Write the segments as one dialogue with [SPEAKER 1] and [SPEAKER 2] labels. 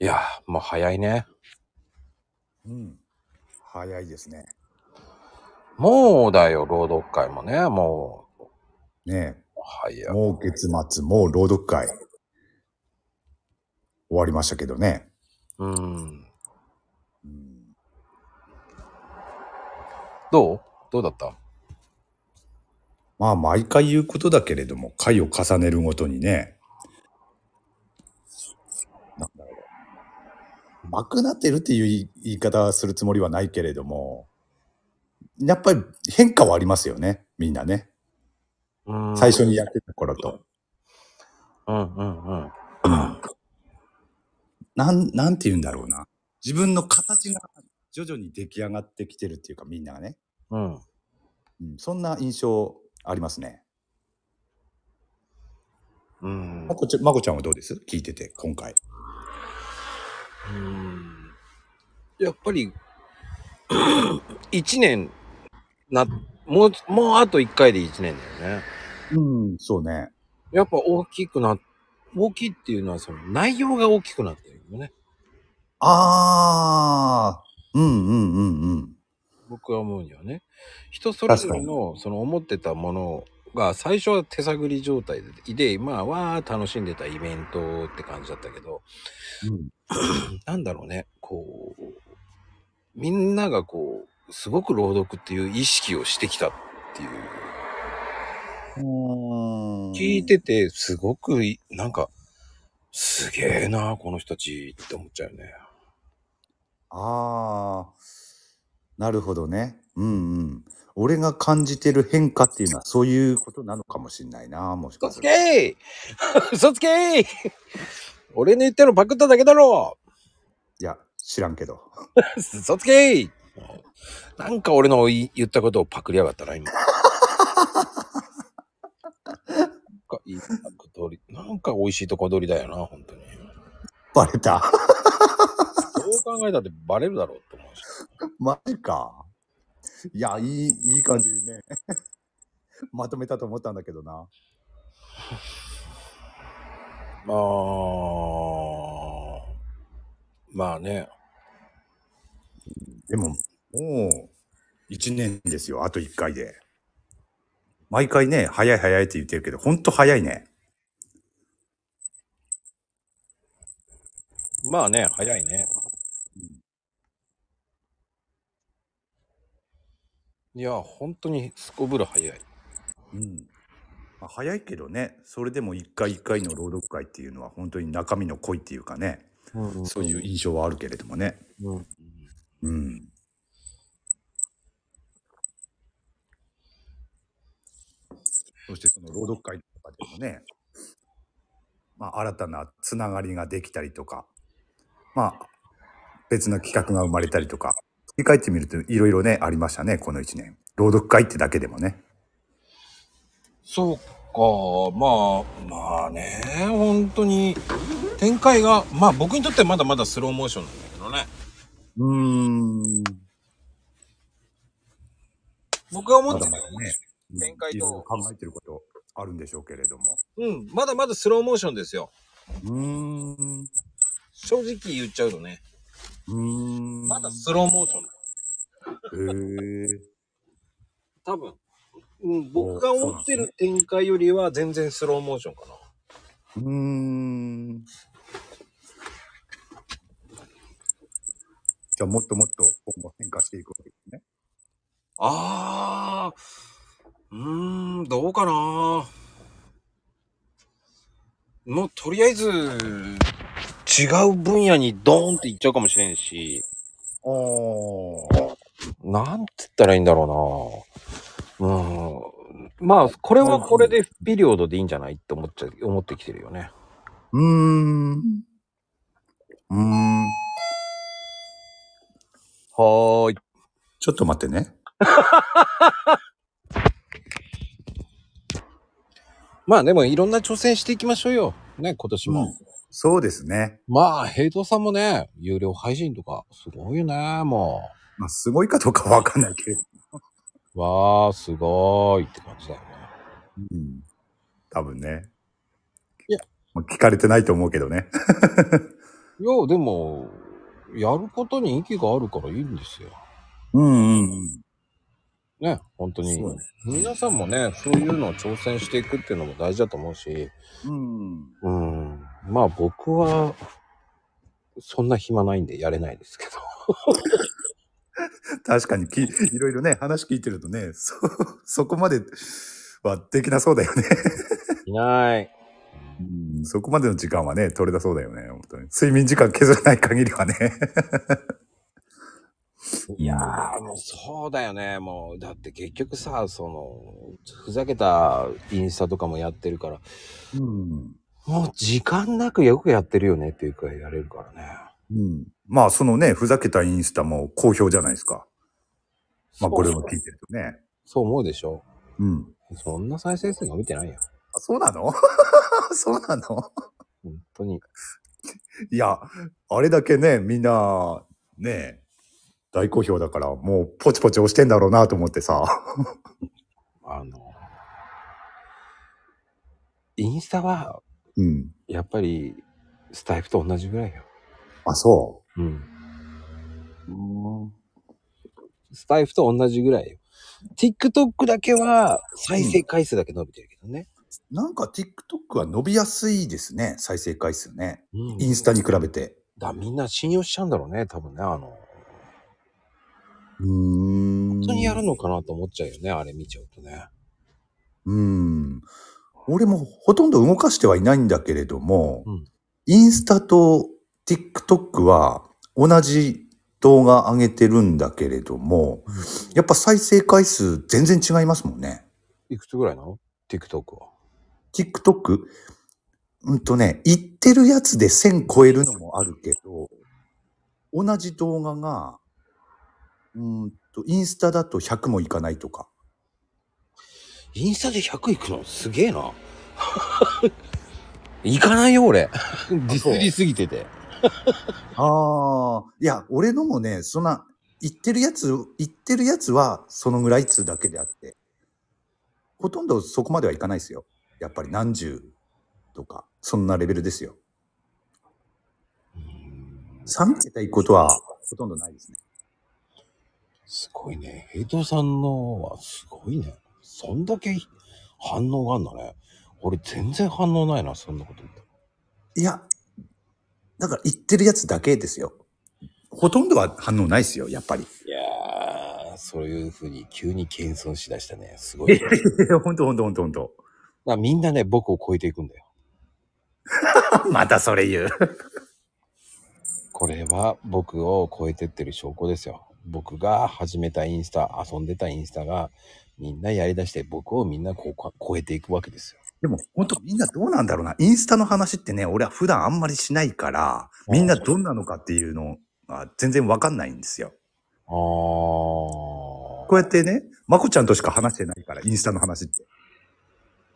[SPEAKER 1] いやー、もう早いね。
[SPEAKER 2] うん。早いですね。
[SPEAKER 1] もうだよ、朗読会もね。も
[SPEAKER 2] ね
[SPEAKER 1] う、早い
[SPEAKER 2] え。。もう月末、もう朗読会。終わりましたけどね。
[SPEAKER 1] うん。
[SPEAKER 2] うん、
[SPEAKER 1] どうどうだった
[SPEAKER 2] まあ、毎回言うことだけれども、回を重ねるごとにね。なんだろう。まくなってるっていう言い言い方はするつもりはないけれども、やっぱり変化はありますよね。みんなね。
[SPEAKER 1] うん
[SPEAKER 2] 最初にやってた頃と。
[SPEAKER 1] うんうんうん。
[SPEAKER 2] なん、なんて言うんだろうな。自分の形が徐々に出来上がってきてるっていうか、みんながね。
[SPEAKER 1] うん。
[SPEAKER 2] うん、そんな印象ありますね。
[SPEAKER 1] うん
[SPEAKER 2] ま。こちゃん、まこちゃんはどうです聞いてて、今回。
[SPEAKER 1] うんやっぱり、1年な、もう、もうあと1回で1年だよね。
[SPEAKER 2] うん、そうね。
[SPEAKER 1] やっぱ大きくな、大きいっていうのはその内容が大きくなってるよね。
[SPEAKER 2] ああ、うんうんうんうん。
[SPEAKER 1] 僕は思うにはね。人それぞれ
[SPEAKER 2] 確
[SPEAKER 1] の、その思ってたものが、最初は手探り状態で、で、まあ、わー楽しんでたイベントって感じだったけど、
[SPEAKER 2] うん、
[SPEAKER 1] なんだろうね、こう、みんながこう、すごく朗読っていう意識をしてきたっていう、聞いてて、すごくい、なんか、すげえな、この人たちって思っちゃうよね。
[SPEAKER 2] ああ、なるほどね。うんうん。俺が感じてる変化っていうのはそういうことなのかもしれないな、もし
[SPEAKER 1] 嘘
[SPEAKER 2] か
[SPEAKER 1] つ
[SPEAKER 2] す
[SPEAKER 1] け
[SPEAKER 2] る
[SPEAKER 1] ー 嘘つけー俺の言ったのパクっただけだろ
[SPEAKER 2] と。いや、知らんけど。
[SPEAKER 1] 嘘つけーなんか俺の言い言ったことをパクりやがったな、今。なんかいいパク取り、なんか美味しいとこ取りだよな、本当に。
[SPEAKER 2] バレた。
[SPEAKER 1] どう考えたってバレるだろうと思うし。
[SPEAKER 2] マジか。いや、いい、いい感じでね。 まとめたと思ったんだけどな。
[SPEAKER 1] まあ、まあね。
[SPEAKER 2] でも、もう、1年ですよ。あと1回で。毎回ね、早い早いって言ってるけど、ほんと早いね。
[SPEAKER 1] まあね、早いね。いや、本当にすこぶる早い。
[SPEAKER 2] うん。まあ早いけどね、それでも1回1回の朗読会っていうのは、本当に中身の濃いっていうかね、そういう印象はあるけれどもね。
[SPEAKER 1] うん。
[SPEAKER 2] うん。そしてその朗読会とかでもね、まあ、新たなつながりができたりとか、まあ、別の企画が生まれたりとか、振り返ってみるといろいろね、ありましたね、この1年。朗読会ってだけでもね。
[SPEAKER 1] そうか、まあ、まあね、本当に展開が、まあ僕にとってはまだまだスローモーションなんだけどね。
[SPEAKER 2] うーん。
[SPEAKER 1] 僕が思
[SPEAKER 2] ま
[SPEAKER 1] って
[SPEAKER 2] だ
[SPEAKER 1] た
[SPEAKER 2] ま
[SPEAKER 1] のは
[SPEAKER 2] だね、
[SPEAKER 1] 展開と
[SPEAKER 2] いろいろ考えてることあるんでしょうけれども。
[SPEAKER 1] うん、まだまだスローモーションですよ。
[SPEAKER 2] うーん。
[SPEAKER 1] 正直言っちゃうとね。
[SPEAKER 2] うーん。
[SPEAKER 1] まだスローモーション。
[SPEAKER 2] へえ。
[SPEAKER 1] 多分。うん、僕が思ってる展開よりは全然スローモーションかな。
[SPEAKER 2] うーん。じゃあ、もっともっと今後変化していくわけですね。
[SPEAKER 1] あー、うーん、どうかなもうとりあえず、違う分野にドーンっていっちゃうかもしれんし、
[SPEAKER 2] ああ。
[SPEAKER 1] なんて言ったらいいんだろうなうん。まあ、これはこれでピリオドでいいんじゃないって思っちゃ、思ってきてるよね。
[SPEAKER 2] うーん。うーん。
[SPEAKER 1] はーい。
[SPEAKER 2] ちょっと待ってね。
[SPEAKER 1] まあでもいろんな挑戦していきましょうよ。ね、今年も。
[SPEAKER 2] うんそうですね。
[SPEAKER 1] まあ、平等さんもね、有料配信とか、すごいよね、も
[SPEAKER 2] まあ、すごいかどうかわかんないけど。
[SPEAKER 1] う。わー、すごーいって感じだよね。
[SPEAKER 2] うん。多分ね。
[SPEAKER 1] いや。
[SPEAKER 2] 聞かれてないと思うけどね。
[SPEAKER 1] いや、でも、やることに意義があるからいいんですよ。
[SPEAKER 2] うんうんうん。
[SPEAKER 1] ね、本当に
[SPEAKER 2] そう。ね
[SPEAKER 1] 皆さんもね、そういうのを挑戦していくっていうのも大事だと思うし、
[SPEAKER 2] うん。
[SPEAKER 1] うん、まあ僕は、そんな暇ないんでやれないですけど。
[SPEAKER 2] 確かにき、いろいろね、話聞いてるとね、そ、 そこまではできなそうだよね。
[SPEAKER 1] いない。
[SPEAKER 2] うんそこまでの時間はね、取れたそうだよね、本当に。睡眠時間削らない限りはね。
[SPEAKER 1] いやー、もうそうだよね。もう、だって結局さ、その、ふざけたインスタとかもやってるから、
[SPEAKER 2] うん。
[SPEAKER 1] もう時間なくよくやってるよねっていうくらいやれるからね。
[SPEAKER 2] うん。まあ、そのね、ふざけたインスタも好評じゃないですか。まあ、これ
[SPEAKER 1] そ
[SPEAKER 2] も
[SPEAKER 1] う
[SPEAKER 2] 聞いてるとね。
[SPEAKER 1] そう思うでしょ
[SPEAKER 2] うん。
[SPEAKER 1] そんな再生数伸びてないよ。
[SPEAKER 2] あそうなの そうなの
[SPEAKER 1] 本当に。
[SPEAKER 2] いや、あれだけね、みんな、ね、大好評だから、もうポチポチ押してんだろうなと思ってさ。
[SPEAKER 1] あの、インスタは、
[SPEAKER 2] うん。
[SPEAKER 1] やっぱり、スタイフと同じぐらいよ。
[SPEAKER 2] あ、そ
[SPEAKER 1] うん。
[SPEAKER 2] う。うん。
[SPEAKER 1] スタイフと同じぐらいよ。TikTok だけは、再生回数だけ伸びてるけどね。
[SPEAKER 2] なんか TikTok は伸びやすいですね、再生回数ね。
[SPEAKER 1] うん
[SPEAKER 2] インスタに比べて。
[SPEAKER 1] だみんな信用しちゃうんだろうね、多分ね。あの、
[SPEAKER 2] うーん。
[SPEAKER 1] 本当にやるのかなと思っちゃうよね、あれ見ちゃうとね。
[SPEAKER 2] うん。俺もほとんど動かしてはいないんだけれども、
[SPEAKER 1] うん
[SPEAKER 2] インスタと TikTok は同じ動画上げてるんだけれども、
[SPEAKER 1] うん
[SPEAKER 2] やっぱ再生回数全然違いますもんね。
[SPEAKER 1] いくつぐらいなの ?TikTok は。
[SPEAKER 2] TikTok? うんとね、言ってるやつで1000超えるのもあるけど、同じ動画が、うんと、インスタだと100もいかないとか。
[SPEAKER 1] インスタで100いくのすげえ な。いかないよ、俺。 ディスりすぎてて。
[SPEAKER 2] ああ、いや、俺のもね、そんな、言ってるやつ、言ってるやつは、そのぐらいっつうだけであって、ほとんどそこまではいかないですよ。やっぱり何十とか、そんなレベルですよ。3桁いくことは、ほとんどないですね。
[SPEAKER 1] すごいね。ヘイトさんのはすごいね。そんだけ反応があんだね。俺全然反応ないな、そんなこと言ったら
[SPEAKER 2] いや、だから言ってるやつだけですよ。ほとんどは反応ないですよ、やっぱり。
[SPEAKER 1] いやー、そういうふうに急に謙遜しだしたね。すごい。 だか
[SPEAKER 2] ほんとほんとほんとほんと。
[SPEAKER 1] らみんなね、僕を超えていくんだよ。
[SPEAKER 2] またそれ言う。
[SPEAKER 1] これは僕を超えてってる証拠ですよ。僕が始めたインスタ、遊んでたインスタが、みんなやりだして僕をみんなこうこ超えていくわけですよ。
[SPEAKER 2] でも本当みんなどうなんだろうな。インスタの話ってね、俺は普段あんまりしないから、
[SPEAKER 1] うん
[SPEAKER 2] みんなどんなのかっていうのが全然わかんないんですよ。
[SPEAKER 1] あー
[SPEAKER 2] こうやってね、まこちゃんとしか話してないから、インスタの話って。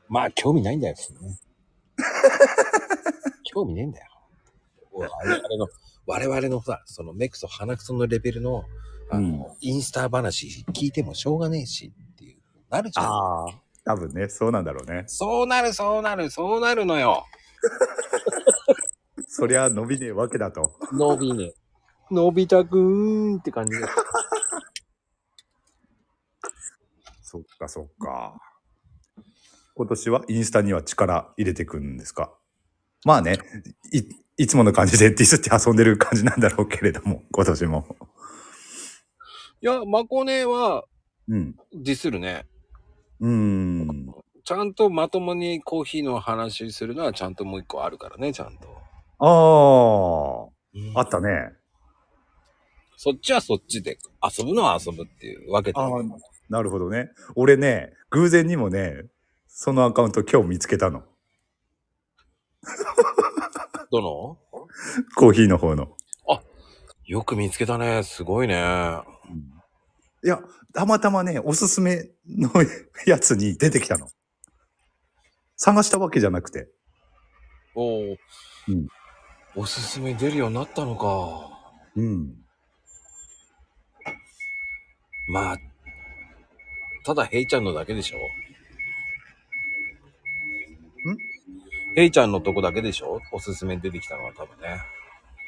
[SPEAKER 1] まあ、興味ないん だよ、それね。興味ねえんだよ。我々の、我々のさ、その目くそ鼻くそのレベルの、あの、インスタ話聞いてもしょうがねえしっていう、なるじゃん。
[SPEAKER 2] ああ。多分ね、そうなんだろうね。
[SPEAKER 1] そうなる、そうなる、そうなるのよ。
[SPEAKER 2] そりゃ伸びねえわけだと。
[SPEAKER 1] 伸びね。 伸びたくーんって感じで。
[SPEAKER 2] そっかそっか。今年はインスタには力入れてくんですかまあね、い、いつもの感じでディスって遊んでる感じなんだろうけれども、今年も。
[SPEAKER 1] いや、まこねは
[SPEAKER 2] うん。
[SPEAKER 1] ディスるね。
[SPEAKER 2] うーん。
[SPEAKER 1] ちゃんとまともにコーヒーの話するのはちゃんともう一個あるからね、ちゃんと。
[SPEAKER 2] ああ。あ
[SPEAKER 1] あ
[SPEAKER 2] ったね。
[SPEAKER 1] そっちはそっちで遊ぶのは遊ぶっていうわけで。
[SPEAKER 2] あーなるほどね。俺ね、偶然にもね、そのアカウント今日見つけたの。
[SPEAKER 1] どの
[SPEAKER 2] コーヒーの方の。
[SPEAKER 1] よく見つけたね。すごいね。
[SPEAKER 2] いや、たまたまね、おすすめのやつに出てきたの。探したわけじゃなくて。
[SPEAKER 1] おお、
[SPEAKER 2] うん
[SPEAKER 1] おすすめ出るようになったのか。
[SPEAKER 2] うん。
[SPEAKER 1] まあ、ただヘイちゃんのだけでしょヘイちゃんのとこだけでしょおすすめ出てきたのは多分ね。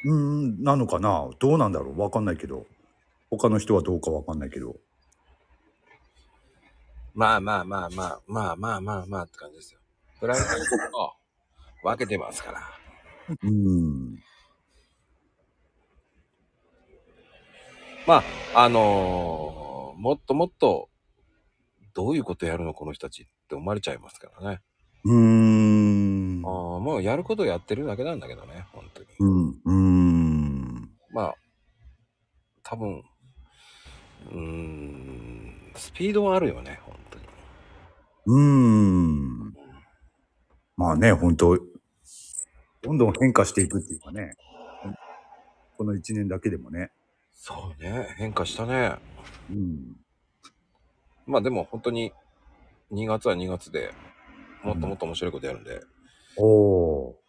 [SPEAKER 2] うーん、なのかなどうなんだろうわかんないけど。他の人はどうかわかんないけど。
[SPEAKER 1] まあまあまあまあ、まあまあまあまあって感じですよ。プライベートを分けてますから。
[SPEAKER 2] うーん。
[SPEAKER 1] まあ、あのーもっともっと、どういうことやるのこの人たちって思われちゃいますからね。
[SPEAKER 2] うーん。
[SPEAKER 1] あーもうやることをやってるだけなんだけどね、本当に。
[SPEAKER 2] うん。うーん。
[SPEAKER 1] まあ、多分、うーん、スピードはあるよね、本当に。
[SPEAKER 2] うーん。まあね、本当どんどん変化していくっていうかね。この一年だけでもね。
[SPEAKER 1] そうね、変化したね。
[SPEAKER 2] うん。
[SPEAKER 1] まあでも本当に、2月は2月で、もっともっと面白いことやるんで、
[SPEAKER 2] おお。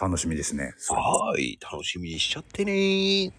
[SPEAKER 2] 楽しみですね。
[SPEAKER 1] はーい、楽しみにしちゃってねー。